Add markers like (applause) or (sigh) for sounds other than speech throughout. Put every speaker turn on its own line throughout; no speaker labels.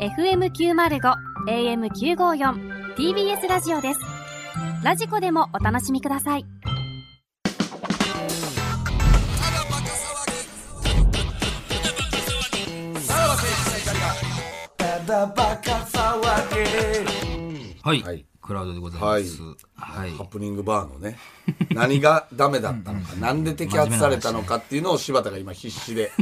FM905 AM954 TBS ラジオですラジコでもお楽しみください
はい、
はい
クラウドでございます。はい。
ハプニングバーのね (laughs) 何がダメだったのかなんで摘発されたのかっていうのを柴田が今必死
(laughs)
で調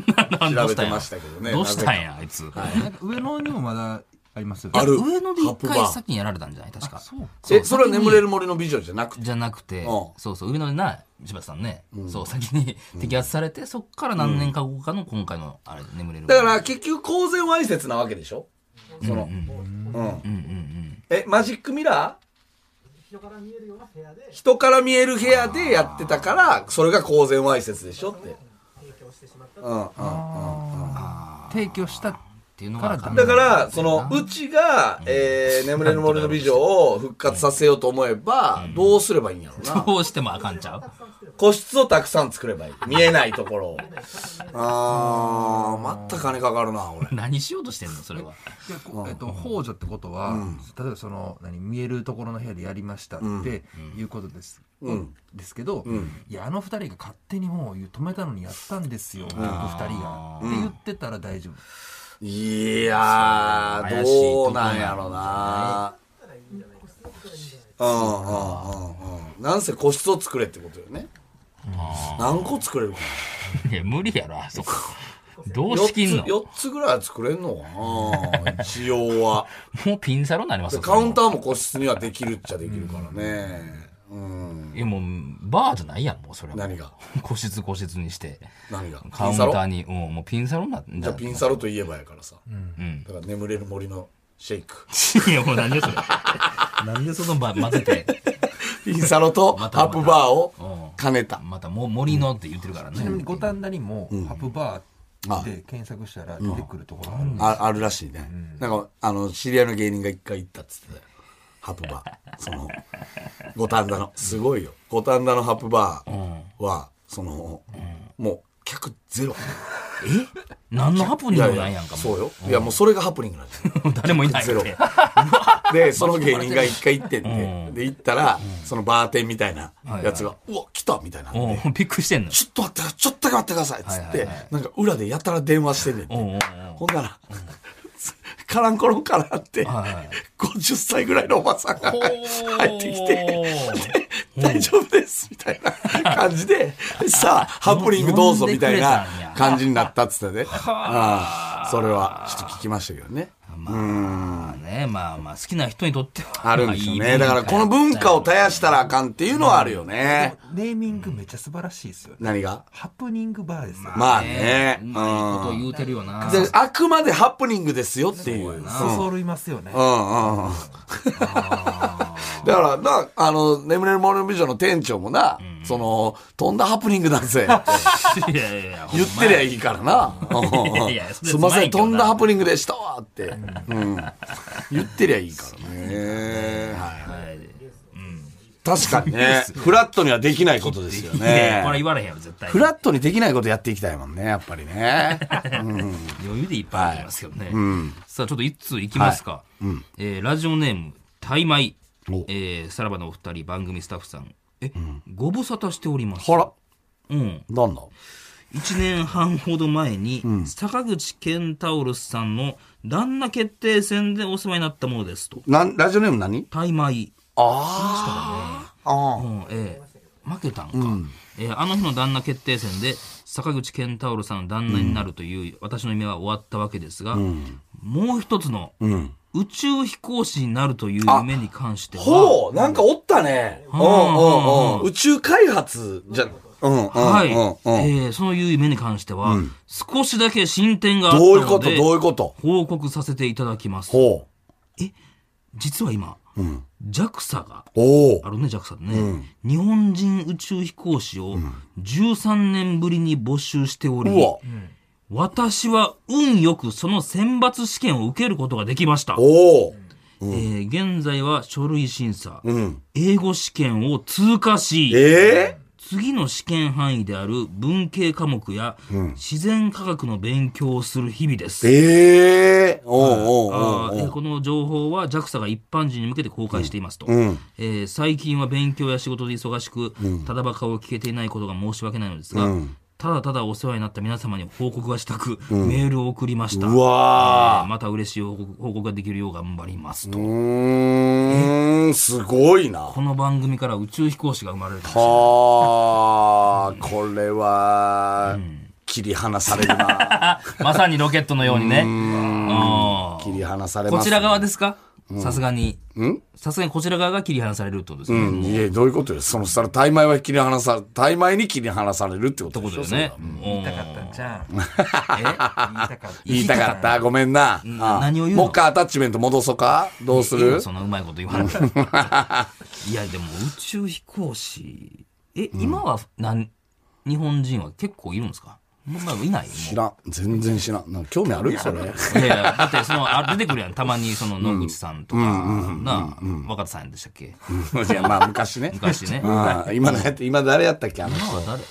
べてましたけどね
どうしたん
なぜ
や、あいつ。
なんか上野にもまだありますよ
か
ね
ある
上野で
ハ
一
プバ
回
ー
先にやられたんじゃない確か。
えそれは眠れ
る
る森の美女じゃなくて
じゃなくて
うん、
そうそう、上野でな、柴田さんね、そう、先に摘発されて、そっから何年か後かの今回の、あれ、眠れる。
だから、結局公然わいせつなわけでしょそのうんえマジックミラー人から見える部屋でやってたからそれが公然わいせつでしょってうん
提供した
っていうのが、
だから、その、うちが、えー、眠れる森の美女を復活させようと思えば、どうすればいいんやろうな。
どうしてもあかんちゃう
個室をたくさん作ればいい。見えないところを。 (laughs) あー、また金かかるな、俺。
何しようとしてんのそれは。
でこえっと、控除ってことは、例えばその何見えるところの部屋でやりましたっていうことです、
うん
ですけど、いやあの二人が勝手にもう止めたのにやったんですよ、僕二人が、って言ってたら大丈夫
いやー、
怪し
ど
いとこ
うなんやろな。うんうんうんうん。なんせ個室を作れってことよね。何個作れるか
いや、無理やろ、あそこ。ど
な。4
うし
つ、
きんの
4つぐらいは作れんのか (laughs) な一応は。
もうピンサロになりますよ。
カウンタ
ー
ーも個室にはできるっちゃできるからね。うん。
え、もう、バーじゃないやん、もう、それは。
何が
個室個室にして。
何が
カウンターに、うん、もうピンサロになってん
じゃあピンサロといえばやからさ。
うん。
だから眠れる森のシェイク。
(laughs) いや、もう何でそれ。なんでその場混ぜて、
ピンサロと
また
ハップバーを
うん
兼ねた。
またもう森のって言ってるからね。
ちなみに五反田にも、ハプバ
あ
ーで検索したら出てくるところがあるんで、
ああるらしいね。なんか、あの、知り合いの芸人が一回行ったっつってたよハップバー。その、五反田の。すごいよ。五反田のハップバーは、その、もう、客ゼロ。
え何のハプニングもないやんか、
そう
も
よ。いや、もうそれがハプニングなんですよ。
う。 (laughs) 誰もいない
ゼロ
って。 (laughs)
で、その芸人が一回行ってんで、で、行ったら、そのバーテンみたいなやつが、うわ、来たみたいな。
おうびっくりして (laughs) んの。
ちょっと待って、ちょっとだけ待ってくださいっつっ
はい
て
はいはい、
なんか裏でやたら電話してんねんて。
おうおう
ほんなら、 (laughs) カランコロンカランって
はいはい、
50歳ぐらいのおばさんが
おう
入ってきて、大丈夫ですみたいな (laughs) 感じで、さあ、ハプニングどうぞみたいな感じになったっつってね。ああそれは、ちょっと聞きましたけどね。
まあね、まあまあ、好きな人にとっては。
あるんですよ
まあい
ね。
い
だからこの文化を絶やしたらあかんっていうのはあるよね。
ネーミングめっちゃ素晴らしいですよね、
何が
ハプニングバーですよ、
まあね。う
うまいこと
ん。
言うてるよな。
であくまでハプニングですよっていう。うんうんうん。
そそるいますよね、
だからな、あの、眠れる森の美女の店長もな、その、とんだハプニングだ (laughs) ぜって
いやいやいや、ほん
言
ま
ってりゃいいからな。うん
いやいやそれ
すいません、
うまいけどな
とんだハプニングでしたわって。うん言ってりゃいいからね。はい
はい
確かにね、フラットにはできないことですよ
いやいやこ
ね。
れ言われへんやろ、絶対。
フラットにできないことやっていきたいもんね、やっぱりね。うん
余裕でいっぱいありますけどね。さあ、ちょっと一通いきますか。えーラジオネーム、タイマイ。
お
えーさらばのお二人、番組スタッフさん。え、ご無沙汰しております。
ほら、
うん。
なんだ
1年半ほど前に、坂口健太郎さんの旦那決定戦でお世話になったものですと。
なん、ラジオネーム何
タイマイ。
ああ。
う
あ
ん、えー負けたんか、えーあの日の旦那決定戦で坂口健太郎さんの旦那になるという私の夢は終わったわけですが、もう一つの宇宙飛行士になるという夢に関して
あ。
は、
ほう、なんかおったね。うんうんうん。宇宙開発じゃ、うんうんうん。
は
う
い、
ん
えーそういう夢に関しては、少しだけ進展があった
どういうこ
の
と
で
どういうこと
報告させていただきます
ほ
実は今、JAXA が
う。おお
あ。るね JAXA でね、日本人宇宙飛行士を13年ぶりに募集しており、
うわ。
私は運よくその選抜試験を受けることができました。
おお。
えー現在は書類審査、
うん。
英語試験を通過し、
ええ
次の試験範囲である文系科目や自然科学の勉強をする日々です。
ええおうおうお
この情報は JAXA が一般人に向けて公開していますと、えー最近は勉強や仕事で忙しく、ただバカを聞けていないことが申し訳ないのですが、ただただお世話になった皆様に報告がしたく、メールを送りました
うわ
えーまた嬉しい報告報告ができるよう頑張りますと、
うーん、すごいな。
この番組から宇宙飛行士が生まれるかもしれない
はあ、これは、切り離されるな。
まさにロケットのようにねうん
切り離されま
こ
す。
ちら側ですかさすがにさすがにこちら側が切り離されるってことですね、
うん、いや、どういうことよ。その、それ、大枚は切り離さ、大枚に切り離されるってこと
と
で
こ
し
と
ょ
だよね。
言いたかったんじゃん。言いたかった。
言いたかった。ごめんな。ああ
何を言うの
もう一回アタッチメント戻そうかどうす
うん
る
そんなうまいこと言わなくていやでも宇宙飛行士え、今はなん日本人は結構いるんですかまあいない
知らん。全然知らん。なんか興味あるそれ。
もういやいやだってそのあ出てくるやんたまにその野口さんとか、な若田さんでしたっけ
いや、まあ、昔ね。
昔ね
ああ今のやって、今誰やったっけあの人。
あ誰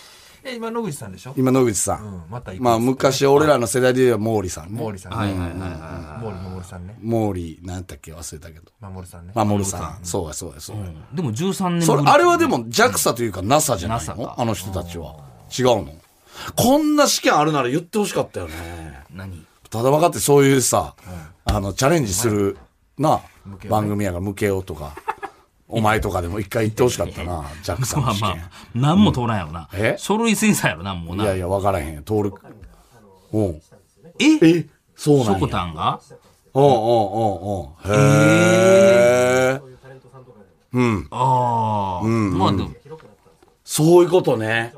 え、今、野口さんでしょ
今、野口さ。
うんん、また行く
まあ、昔、俺らの世代で言えば、毛利さんね。
毛利さんね。
はいはいはいはい
毛利守さんね。
毛利、何やったっけ忘れたけど。
守さんね。
守さん。そうや、そうや、そうや。
うんでも13年
それ
ぶり
あれはでも JAXA というか NASA じゃない
NASA か
のあの人たちは違うのこんな試験あるなら言ってほしかったよね
何
ただ分かってそういうさ、あのチャレンジするな
けようね
番組やが向けようと (laughs) かお前とかでも一回言ってほしかった (laughs) な JAXA
ま
の
あ
試
ま
験、
あ何も通らんやろな、
え
書類審査やろなもうない
やいや分からへんよ通るおう
え
えそう
しょ
なん
こ
や
たんが
おうおうおうおうへえうん
ああ、まあでも
そういうことね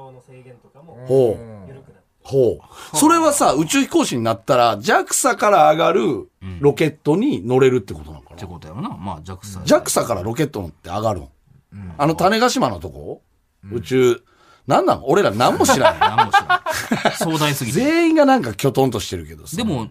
ほうほう。それはさ、宇宙飛行士になったら、JAXA から上がるロケットに乗れるってことなのか
って
な、
ことやろなまあ JAXA で
?JAXA からロケット乗って上がるの、あの種子島のとこ、宇宙、なんなの俺ら何も知
(laughs)
らない。
何も知ら
(laughs)
ん壮大すぎて
全員がなんかきょとんとしてるけどさ。
で、も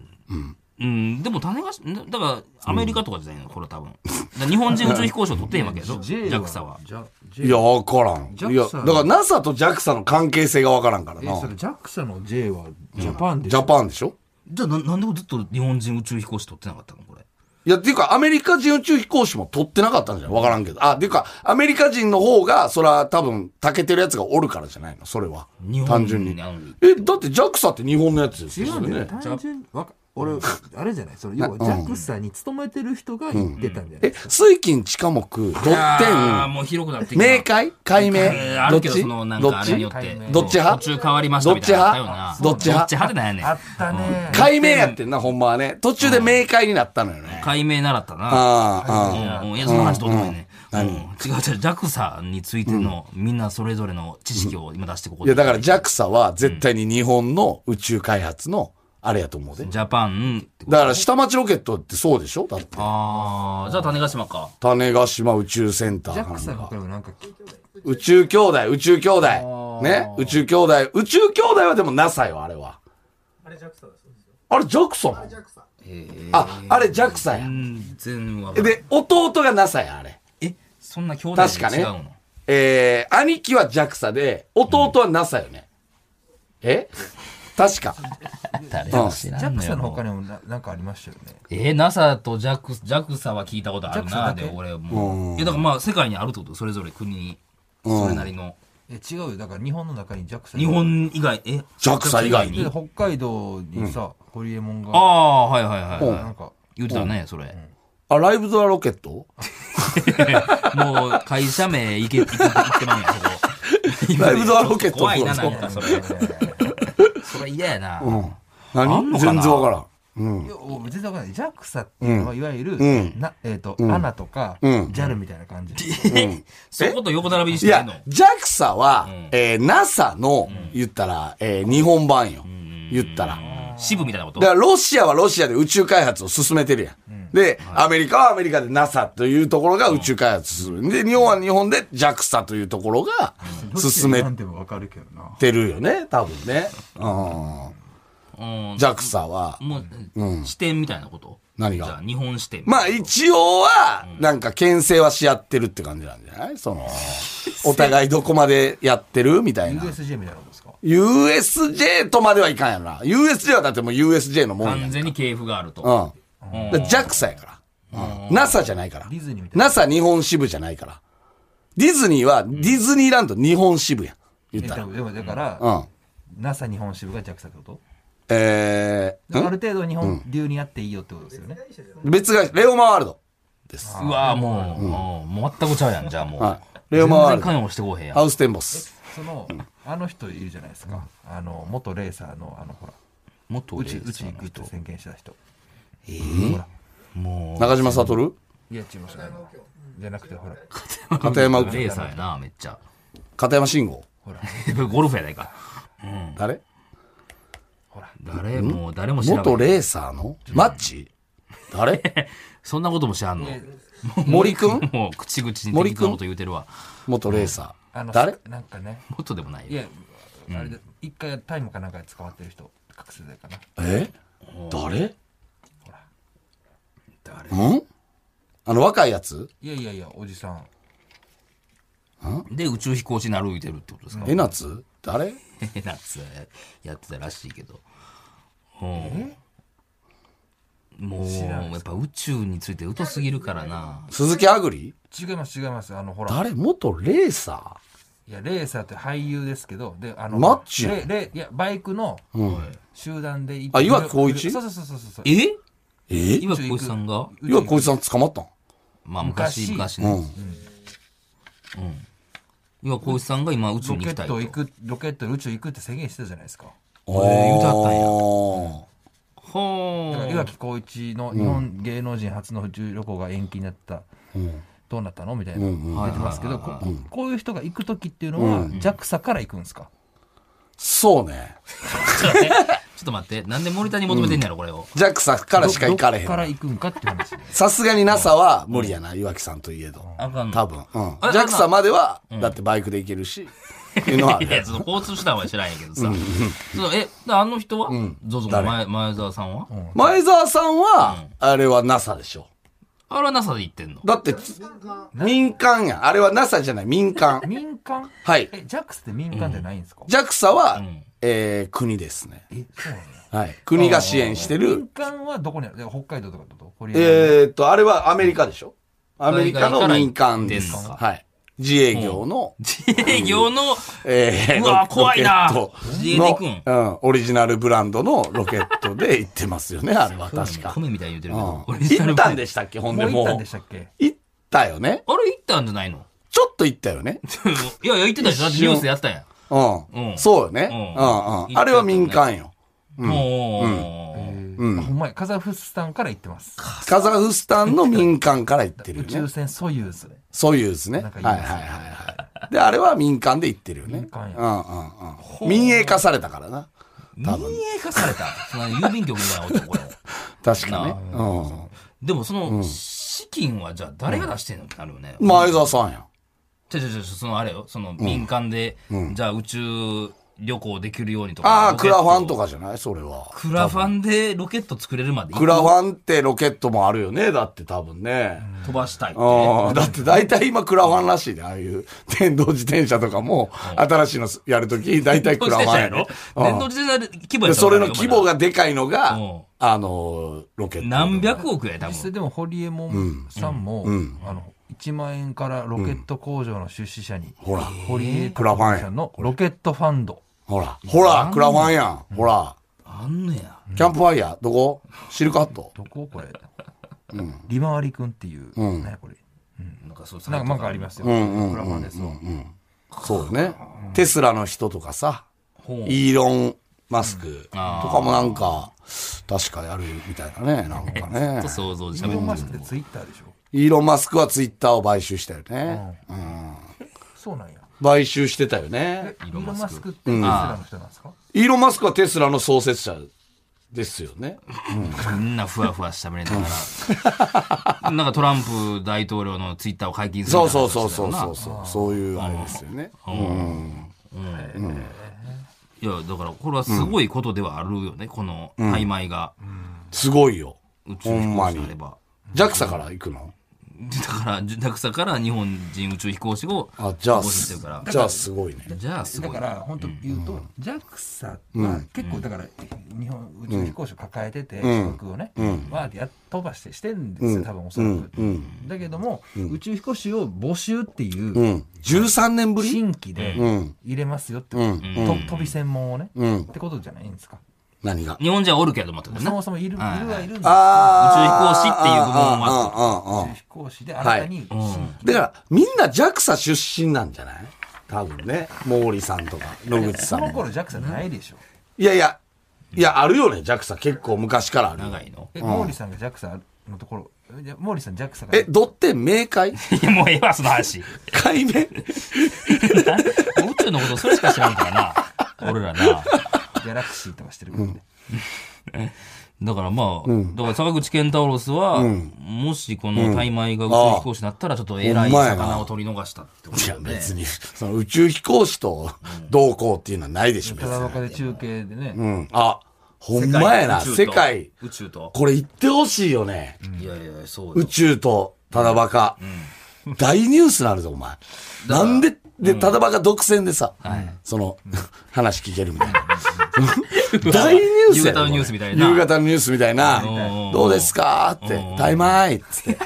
うん、でも種子島だからアメリカとかじゃないのこれ多分だから日本人宇宙飛行士を取ってへんわけやろ JAXA は。
じ
い
ゃ、J
や、わからん。いや、だ
JAXA
から NASA と JAXA の関係性がわからんから
え、
な。
それ JAXA の J はジャパンでし
ジ
ょ
ャパンでしょ
じゃあななんでずっと日本人宇宙飛行士取ってなかったのこれ
いや、っていうか、アメリカ人宇宙飛行士も取ってなかったんじゃないわからんけど。あ、っていうか、アメリカ人の方が、それは多分、たけてるやつがおるからじゃないのそれは。
日本
単
人
純
に
に。
会うのに
え、だって JAXA って日本のやつです
違
よ
うんだ
ね。
よ。単純に、わか、俺、あれじゃない、それ、要は JAXA に勤めてる人が言ってたんじゃない
え、水金地下木、ドッ
ああ
テ
もう広くなってき
ン、
た
明海、海明
えーあ、
どっ
るけど
ち
そのなん
どっ
かあれに
ち
よって
どっち派
途中変わりましたみたいなのあったよな
どっち派
どっち派ってなんやねん
あったね。
海明やってんな、ほんまはね。途中で明海になったのよね。
解明習ったな
ああ、ああ。
うん、いやその話どうでもいいね、うん違う違う JAXA についての、みんなそれぞれの知識を今出してここ
い
で、
や、だから JAXA は絶対に日本の宇宙開発の、あれやと思うで。
ジャパンってこと
だから、下町ロケットってそうでしょだって。
ああじゃあ種子島か
種子島宇宙センターかなん
JAXA の
か
方もなんか、
宇宙兄弟、宇宙兄弟。ね宇宙兄弟。宇宙兄弟はでも NASA よ、あれは。あれ JAXA だそうですよ。あれ JAXA あ、あれ JAXA や。
全然わか
え
らない
で、弟が NASA や、あれ。
えそんな兄弟
確か
で
ね
違うの
えー、兄貴は JAXA で、弟は NASA よね。え確か。
誰
も
も
知
知
ジ
ら
ャ
ん
ク
の
サの他
よ
にもななんかありましたよね。
え NASA と JAX JAXA は聞いたことある
JAXA
な
だけ
で俺もいやだからまあ世界にあるってことそれぞれ国にそれなりの
え違うよだから日本の中に JAXA
日本以外え
JAXA 以外に
で北海道にさ、ホリエモン
あ
が
あはいはいはい、
な
は
ん
い、
か
言ってたねそれ、
あ、ライブドアロケット
もう会社名いけ、いけ、いってまうんやけど。
ライブドアロケット
怖いな、
そう
なんかそれ。それ嫌やな。あん
何
のかな
全然わからん。
いやお全然わかんない JAXA っていうのは、いわゆる、なえっ、と、ANA とか、JAL みたいな感じ、
そういうこと横並びにし
い
てん
や
の。、
JAXA は、えー NASA の、言ったら、えー日本版よ。言ったら。
支部みたいなこと
だからロシアはロシアで宇宙開発を進めてるやん。で、アメリカはアメリカで NASA というところが宇宙開発する。で、日本は日本で JAXA というところが進め
なんでもわかるけどな。
てるよね、多分ね。うん。
うん。
JAXA は、
もう、視点みたいなこと
何が
じゃあ、日本視点。
まあ一応は、なんか牽制はし合ってるって感じなんじゃない
(laughs)
その、お互いどこまでやってるみたいな。
USJ みたいなことですか
USJ とまではいかんやろな。USJ はだってもう USJ のもんやん。う
完全に系譜があると。
ん。だから JAXA やから。 NASA じゃないから
ディズニーみたい
NASA 日本支部じゃないからディズニーはディズニーランド日本支部や言っ
え
た
で
ら
もでもだから、
うん
NASA 日本支部が JAXA ってこと
え
ある
ー、ん
程度日本流にあっていいよってことですよね。
別がレオマワールドです
うわーもう、もうもう全くちゃうやん、じゃあもう。
はいレオマワール
全
ド
然関与してこうへんやん
ハ。ウステンボス
そのあの人いるじゃないですか。あの元レーサーのあのほら
もっと
宇宙
俺
宇宙行くって宣言した人。
も
中島悟
いや違いました。じゃなくてほら
う、
片山
レーサーやな、めっちゃ。 (laughs)
片山慎吾
ほら
ゴルフやないか。
誰
誰もう、誰も知らん。
元レーサーのマッチ誰
(laughs) そんなことも知らんの。
森くん
もう、口々に適
森
当
君
なこと言うてるわ。
元レーサ
あ
ー
の
誰
なんかね
もっとでもない
い
よ。
やあれで一回タイムかなんかで使わってる人覚醒剤かな。
え誰んあの若いやつ
いやいやいやおじさん。
で、宇宙飛行士になる言うてるってことですか
えなつ誰
変 (laughs) なやつやってたらしいけど。うん。もう、やっぱ宇宙について疎すぎるからな。
鈴木あぐり
違います違いますあのほら
誰元レーサ
いやレーサーって俳優ですけどであの
マッチやん
レレいやバイクの集団で行
あ岩城浩一
そうそうそうそうそう
え
ーえ
今小石さんが
いや、こいつさん捕まったん
まあ昔、昔
昔
ね。
うん。
今小石さんが今宇宙
ロ
に
ケ
行きた
ッ
いと。
ト行くロケットで宇宙行くって宣言してたじゃないですか
あ
言うてはったんや
ー
だから
ほ
岩城浩一の日本芸能人初の宇宙旅行が延期になった、どうなったのみたいな、出てますけど、こここういう人が行く時っていうのは、JAXA から行くんですか、
そうね。
(laughs) ちょっと待って。なんで森田に求めてんねやろ、これを。
ジャックさんからしか行かれへ
どこから
ん。
行くんかっ
(laughs)
て話ね
さすがに NASA は無理やな、岩木さんといえど。
あかんの
多分。うん。
あれ
ジャックさんまでは、だってバイクで行けるし、っていうのはあ
いや、
る。
その交通手段は知らんやけどさ。そうえ、あの人は ?ZOZO の前前澤さんは
前澤さんは、あれは NASA でしょ。
あれは NASA で行ってんの
だって、民間やん。あれは NASA じゃない、民間。
民間
はい
え JAXA って民間じゃないんですか、
ジャクサは、えー国ですね。
えそうなんだ
はい。国が支援して
民
る。
間はどこにあるで北海道とかってことコリア
えーっと、あれはアメリカでしょアメリカの民間です。
海外から行ってんのか
はい。自営業の、
自 (laughs) 営業の、
えー
うわ
ロ
怖いな
ロケット
自営で行くん
のうん、オリジナルブランドのロケットで行ってますよね、あれは確か。うん
米みたいに言うてるけど。オリジナ
行
ル
ったんでしたっけほんで
もう行
も
ったんで
う
し。たっけ
行ったよね
あれ行ったんじゃないの (laughs)
ちょっと行ったよね
いやいや、行ってたでしょだってニュースでやったやん。
うん。
うん
そうよね。
う
うんんうん。あれは民間よ。
もう、
あほんまやカザフスタンから行ってます
カザフスタンの民間から行ってる
宇
よね
宙。船ソユーズ
ソユーズね。は
なん
い
か
はい
いです
はい
ね
はい。で、あれは民間で行ってるよね。
民間や
うんうんうん。民営化されたからな。
民営化された。その郵便局みたいな男よ。
確かね。
でもその、資金はじゃあ誰が出してんのってなるよね。
うん。前澤さんや。
ちょちょちょ、そのあれよ、その民間で、じゃあ宇宙旅行できるようにとか。
ああ、
ロ
ク
ケッ
ラ
ト
ファンと。かじゃないそれは。
クラファンでロケット作れるまで
クラファンってロケットもあるよね。だって多分ね。
飛ばしたいって。
うん。だって大体今クラファンらしいで、ああいう (laughs) 電動自転車とかも、新しいのやるとき、大体
電動
ク
自
ラフ
転
ァン
車
や
や
ね
ろ。
うん
電動自転車で規模
で
やった
そ
ら
れの規模がでかいのが
うん、
あの、ロケット。
何百億や、多
実際
分。
でも堀江門さんも、あの1万円からロケット工場の出資者に、
ほら
堀江
クラファンや
さんのロケットファンド
ほら。ほら、クラファンやん。ほら。
あんのや。
キャンプファイヤー、どこシルクハット
どここれ、利回りくんっていう、何やこれ
なんかそう、
なんかなんかありますよ、クラファンですわ、
そうよね。テスラの人とかさ、
ほう
イーロン・マスクとかもなんか、確かやるみたいなね、なんか
(laughs) ちょっ
ね
と。想像で
イー
喋
ロン
っ
マ
て
ス
る
クってツイッターでしょ
イーロン・マスクはツイッターを買収したよね。
そうなんや
買収してたよ
え
ね。
イーロンマスクってテスラの人なんですか、
イーロン・マスクはテスラの創設者ですよね。
みんなふわふわ喋りなが
(laughs)
ら。なんかトランプ大統領のツイッターを解禁する
そ
み
う
たい
そ
な
うそうそ
話
う
だよ
そう
な
そう。そういうあれですよね。
いや、だからこれはすごいことではあるよね、この曖昧が。
すごいよ
宇。宙
ほ
飛
ん
行
ま
士
に
であ。れば。
JAXA から行くの
だから、JAXA から日本人宇宙飛行士を
あじゃあ
募集してるから。
じゃあすごいね
じゃあ、すご
だ
い。
から本当言うと、JAXA は結構だから日本宇宙飛行士を抱えてて、資格をね、わーってやっ飛ばしてしてるんですよ多分おそらく、だけども、宇宙飛行士を募集っていう、
うん13年ぶり
新規で入れますよって、と飛び専門をね、ってことじゃないんですか、
何が
日本人はおるけどもってことね。
そも
宇宙飛
そもいる,、
はい
い、るはいるんですけど
あ
行士っていう部分もあっ
ああああああ
宇宙飛行士で新たに新規、
だからみんな JAXA 出身なんじゃない多分ね毛利さんとか野口さ
そ
ん
の
も
頃 JAXA ないでしょ、
いやいやいやあるよね JAXA 結構昔からある
て長いの。
え毛利さんが JAXA のところいや毛利さん JAXA が
えドッテン明 (laughs) 快
いやもうええわ、その話。
解明
な宇宙のことそれしか知らんからな。俺らな。
ギャラクシーとかしてるからね、
だからまあ、だから坂口健太郎は、もしこの大米が宇宙飛行士になったら、ちょっと偉い
ほんまやな
魚を取り逃したってこと
い
だ
や
よね。
別にその宇宙飛行士と同行っていうのはないでしょ別
ただ
に、
バカで中継でね、
うん、あほんまやな世界
宇宙と。
これ言ってほしいよね、
いやいや、そうよ
宇宙とただバカ、大ニュースなるぞお前
ら
なんでで、ただバカ独占でさ、その、話聞けるみたいな。大ニュースや
夕
で
方のニュースみたいな
夕方のニュースみたい
うん
な。どうですかって
うん、
大米っつ
(laughs)
って。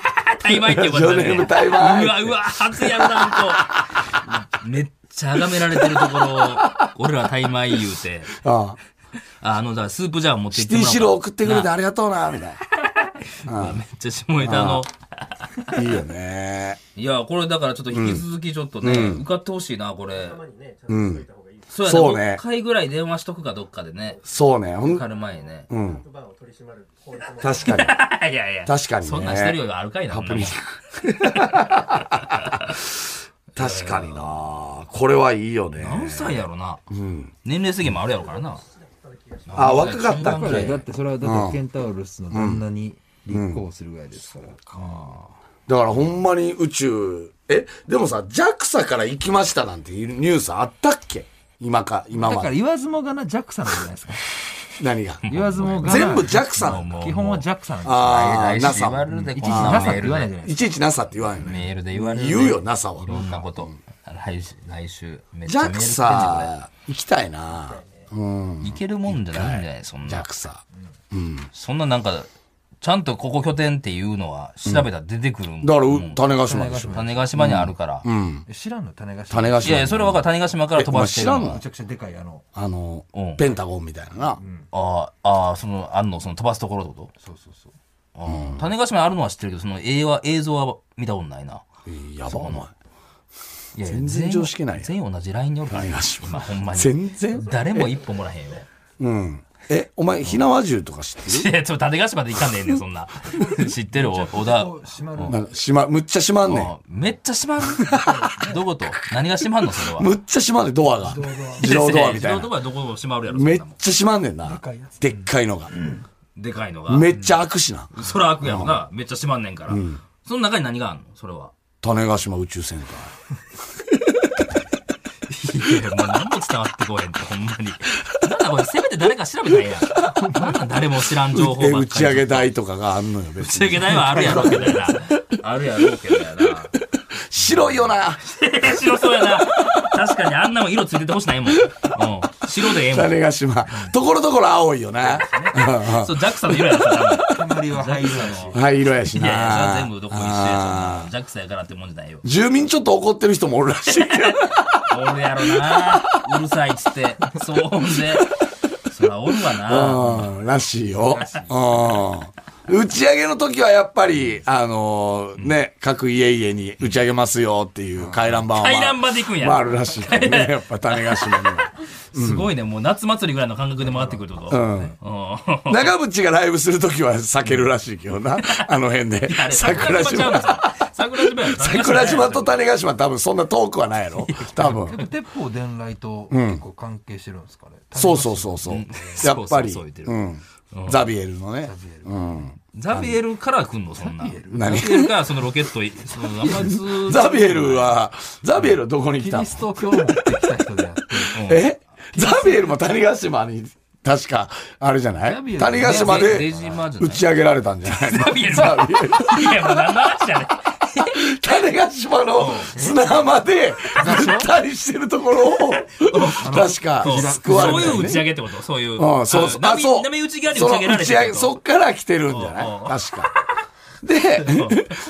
大米って
ラ
呼ばれてる、
ジオネー
ね
ム。大米
(laughs) うわうわ、初やな、ほんと。めっちゃ崇められてるところを、俺ら大米言うて。
ああ
ああの、だからスープジャー持って
シ
き
テ
て
ィ
もらおう
シロー送ってくれてありがとうな、みたい
なめっちゃ下ネタの。
な。いいよね。
いや、これだからちょっと引き続きちょっとね、受かってほしいな、これ。
うん。
そうやね。
そうね
1回ぐらい電話しとくか、どっかでね。
そうね。ほん
受かる前にね。
うん。確かに。
(laughs) いやいや。
確かにね
そんなんしてるよりあるかいな、
ハ
ほん
プ
な
ニ
も
ン
ん
グ。 (laughs) 確かにな。これはいいよね。
何歳やろな。年齢制限もあるやろからな。
あ、若かったっ
だからだっ
け
てそれはだってケンタウルスの旦那に立候補するぐらいですから、
だからほんまに宇宙、え、でもさ、JAXA から行きましたなんていうニュースあったっけ今か、今
だ
ま
から
で。
言わずもがな JAXA なんじゃない
(laughs)
ですか
何が。
言わずもがな
全部 JAXA なの。
もう
基本は JAXA なんですよ
ああ、
言わ
NASA
れ。るで、こ
一
ん
時
な
NASA っ
メ
て
ール
言わないじ
で。
ゃない
いちいち NASA って言わんよね。
メールで言われるで。
言うよ、NASA
いろ
は。
んなこと。来週、来週、めっちゃメール来てんじゃん、
JAXA、行きたいな。うん。
これ。いけるもんじゃないんじゃないそんな。
JAXA。
そんななんか、ちゃんとここ拠点っていうのは調べたら出てくるもん
だから、う種子島でしょ。
種子島にあるから。
え知らんの種子島
種子
いやいや、
島。
それは分かる。種子島から飛ばしてる
えお前知らん
の
の。
めちゃくちゃでかいあの
あの
うん、
ペンタゴンみたいなな。
ああ、ああ、その、あんの、その飛ばすところってこと
そうそうそう
ああ種子島あるのは知ってるけど、その映画、映像は見たことないな。
やば、お前。
いやいや
全然常識ないやん
全員同じ LINE におるから。
種子島
今ほんま
(laughs)
に。
全然
誰も一歩もらへんよ。
うん。え、お前、ひなわ銃とか知ってる
(laughs) いや、ちょ、種子島で行かんでええねん、そ
(laughs)
んな。知ってる、お小田。
こう閉まる
なんか、しま、むっちゃ閉まんねん。
あめっちゃ閉まる。 (laughs) どこと何が閉まんの、それは。
むっちゃ閉まんねん、ドアが。自動ドアみたい
自動
な。
ドアどこも閉まるやろ、そん
めっ
なもん
ちゃ閉まんねんな
かいや。つ
でっかいのが。
でかいのが。
めっちゃ開くしな。
そら開くやろな。めっちゃ閉まんねんから。その中に何があんのそれは。
種子島宇宙センター。
いや、もう何も伝わってこへんって、ほんまに。なんだこれ、せめて誰か調べたらええやん。なんなん誰も知らん情報ばっか
え
り。
打ち上げ台とかがあんのよ、
打
別
ち上
に。
げ台はあるやろうけどや
(laughs)
な。あるやろうけどやな。
白いよな。
(laughs) 白そうやな。確かにあんなもん色ついててほしないもん。うん。白でえ
(laughs)
えも
種子島。ところどころ青いよな。
ん。そう、ジャックさんの色やろ、
(laughs)
それ多分
煙は入るし
灰色やし
いやいや、それは
な。
全部どこも一緒や
あ
そんなジャックさんやからってもんじゃないよ
ー。住民ちょっと怒ってる人もおるらしいけど。
おるやろな。うるさいっつって。そう、ほんで。そらおるわな。
うんらしいよ。うん打ち上げの時はやっぱり、あのーね、各家々に打ち上げますよっていう回覧板は。
回覧板で行くんや
まあ、あるらしいから
(laughs)
ね。やっぱ種子島には。
すごいね。もう夏祭りぐらいの感覚で回ってくるってこと。
うん
うん。
長渕がライブするときは避けるらしいけど
(laughs)
な。あの辺で。
あれ
桜
ちゃうの
島。
さ桜島やろ
桜島と種子島多分そんな遠くはないやろ。多分。
鉄砲伝来と結構関係してるんですかね、
そうそうそうそう。やっぱり。
そうそうそう言ってる
うん。ザビエルのね。
ザビエルから来んの、そんな。ザビエル
何
からそのロケットい、その、あんまりずーっと
ザビエルは、ザビエルはどこに来
キ
たの
リスト教を持ってきた
(laughs)
人であって
えザビエルも谷川島に、確か、あれじゃな
ザビエ
い
ル
谷川島
出
で
島じゃな
打
い
ち上げられたんじゃないの
ザビエル
ザビエル。
いや、もう何の話じゃね
種子島の砂浜でぐったりしてるところを確か
そう
救われ
そう
た
いう
よ
打
ね
ち上げってことそういう。
うん、そうそう。
あ、
そう。
ダメ打ち際に打ち上げら
その
れてる
打ち上
っ
げ
てこと
そっから来てるんじゃない
うんうん
確か。で、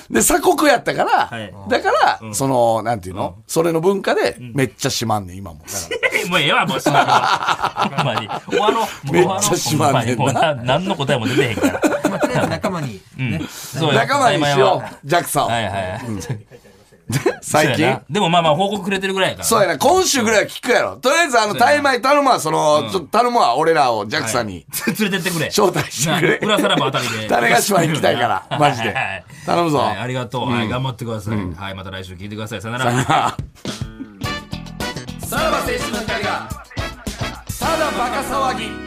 で、鎖国やったから、
はい
だから、その、なんていうの、それの文化で、めっちゃしまんねん、今も。だから
もうええわ、もうしまうわ。ほんまに。終わろう。もう終わ
めっ
ろ
ちゃ
う。
しまんねんな
ほんまにもうな何の答えも出てへんから。
まあ、とりあえず仲間に、ね。
そうや
仲間にしよう、ジャクさんを。
はいはいはい。
最
(laughs) そうや
近
な。でもまあまあ報告くれてるぐらいやから。
そうやな、今週ぐらいは聞くやろ。とりあえず、あの、タイマイ頼むわ、その、ちょっと頼むわ、俺らをジャクさんに
はい連れてってくれ。
招待してくれ。
(laughs) 裏さらばあたりで。
(laughs) 種子島行きたいから、マジで
(laughs) はいはいはい。
頼むぞ。
はいありがとう。はい、頑張ってください。はい、また来週聞いてください。さよなら。
さらば青春の光がただバカ騒ぎ